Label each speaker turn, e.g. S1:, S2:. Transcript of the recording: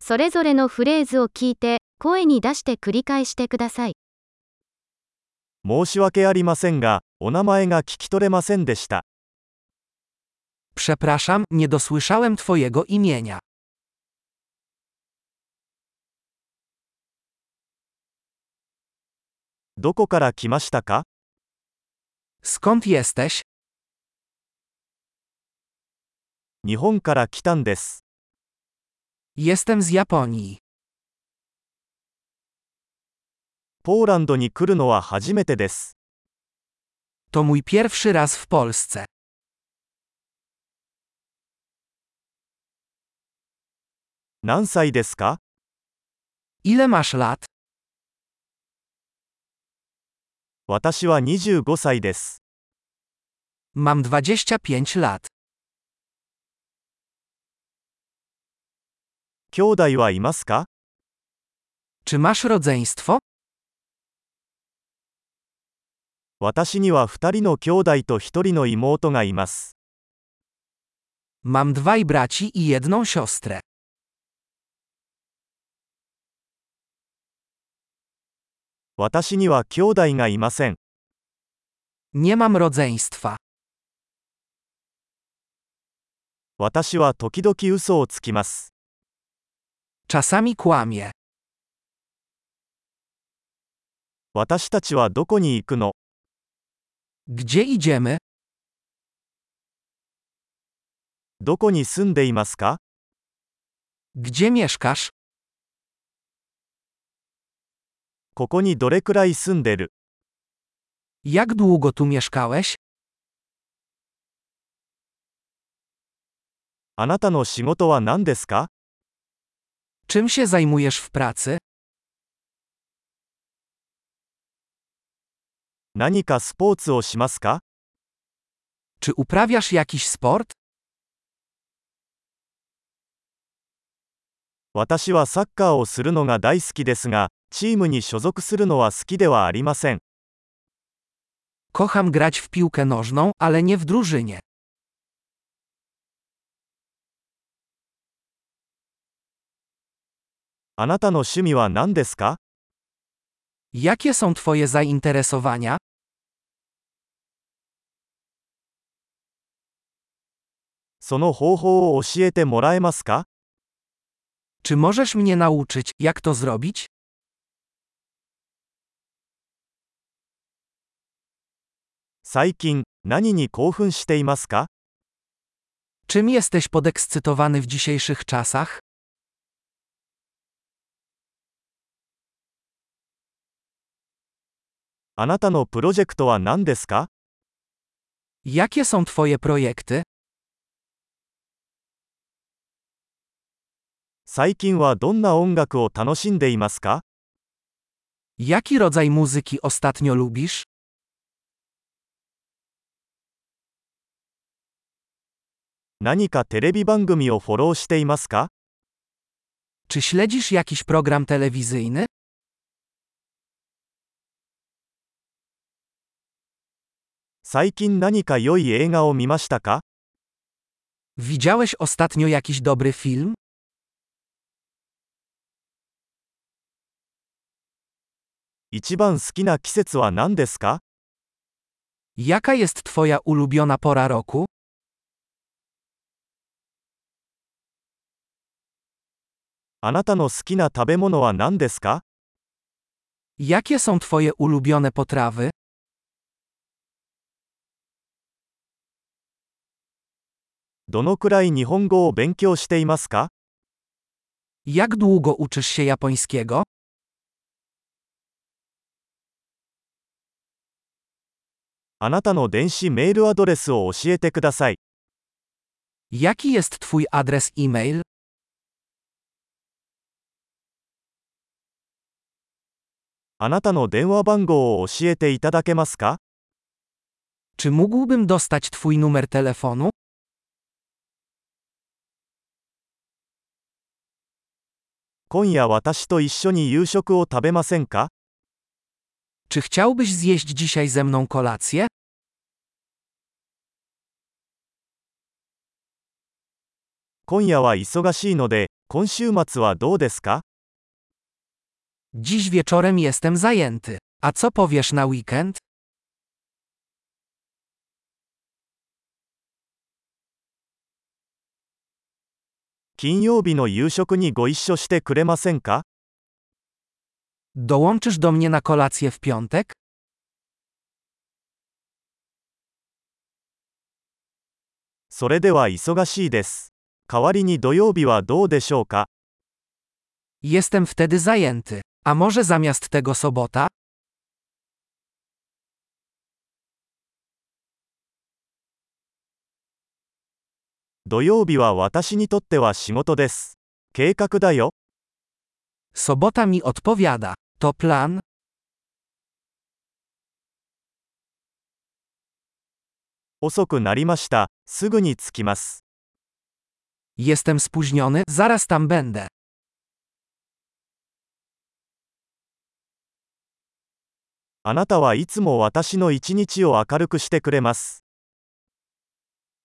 S1: それぞれのフレーズを聞いて、声に出して繰り返してください。
S2: 申し訳ありませんが、お名前が聞き取れませんでした。
S3: Przepraszam, nie dosłyszałem Twojego imienia.
S2: どこから来ましたか
S3: Skąd jesteś?
S2: 日本から来たんです。
S3: Jestem z Japonii.
S2: ポーランドに来るのは初めてです。
S3: To mój pierwszy raz w Polsce.
S2: 何歳ですか
S3: Ile masz lat?
S2: 私は25歳です。
S3: Mam 25 lat.
S2: 兄弟はいますか
S3: Czy masz rodzeństwo?
S2: 私には2人の兄弟と1人の妹がいます。
S3: Mam dwaj braci i jedną siostrę.
S2: 私には兄弟がいません。
S3: Nie mam rodzeństwa.
S2: 私は時々嘘をつきます。
S3: Czasami kłamie.
S2: 私たちはどこに行くの
S3: Gdzie idziemy?
S2: どこに住んでいますか
S3: Gdzie mieszkasz?
S2: ここにどれくらい住んでる
S3: Jak długo tu mieszkałeś?
S2: あなたの仕事は何ですか
S3: Czym się zajmujesz w pracy?
S2: 何かスポーツをしますか
S3: Czy uprawiasz jakiś sport?
S2: 私はサッカーをするのが大好きですが、チームに所属するのは好きではありません。
S3: Kocham grać w piłkę nożną, ale nie w drużynie.
S2: あなたの趣味は何ですか
S3: Jakie są Twoje zainteresowania?
S2: その方法を教えてもらえますか
S3: Czy możesz mnie nauczyć, jak to zrobić?
S2: 最近、何に興奮していますか
S3: Czym jesteś podekscytowany w dzisiejszych czasach?
S2: あなたのプロジェクトは何ですか
S3: Jakie są Twoje projekty?
S2: 最近はどんな音楽を楽しんでいますか
S3: Jaki rodzaj muzyki ostatnio lubisz?
S2: 何かテレビ番組をフォローしていますか
S3: Czy śledzisz jakiś program telewizyjny?
S2: 最近何か良い映画を見ましたか
S3: Widziałeś ostatnio jakiś dobry film?
S2: 一番好きな季節は何ですか
S3: Jaka jest Twoja ulubiona pora roku?
S2: あなたの好きな食べ物は何ですか
S3: Jakie są Twoje ulubione potrawy?
S2: どのくらい日本語を勉強していますか
S3: Jak długo uczysz się japońskiego?
S2: あなたの電子メールアドレスを教えてください。
S3: Jaki jest Twój adres e-mail?
S2: あなたの電話番号を教えていただけますか
S3: Czy mógłbym dostać Twój numer telefonu?
S2: 今夜私と一緒に夕食を食べませんか
S3: Czy chciałbyś zjeść dzisiaj ze mną kolację?
S2: 今夜は忙しいので、今週末はどうですか
S3: Dziś wieczorem jestem zajęty. A co powiesz na weekend?
S2: 金曜日の夕食にご一緒してくれませんか
S3: Dołączysz do mnie na kolację w piątek?
S2: それでは忙しいです。代わりに土曜日はどうでしょうか
S3: Jestem wtedy zajęty. A może zamiast tego sobota?
S2: 土曜日は私にとっては仕事です。計画だよ。
S3: Sobota mi odpowiada. To plan?
S2: 遅くなりました。すぐに着きます。
S3: Jestem spóźniony, zaraz tam będę.
S2: あなたはいつも私の一日を明るくしてくれます。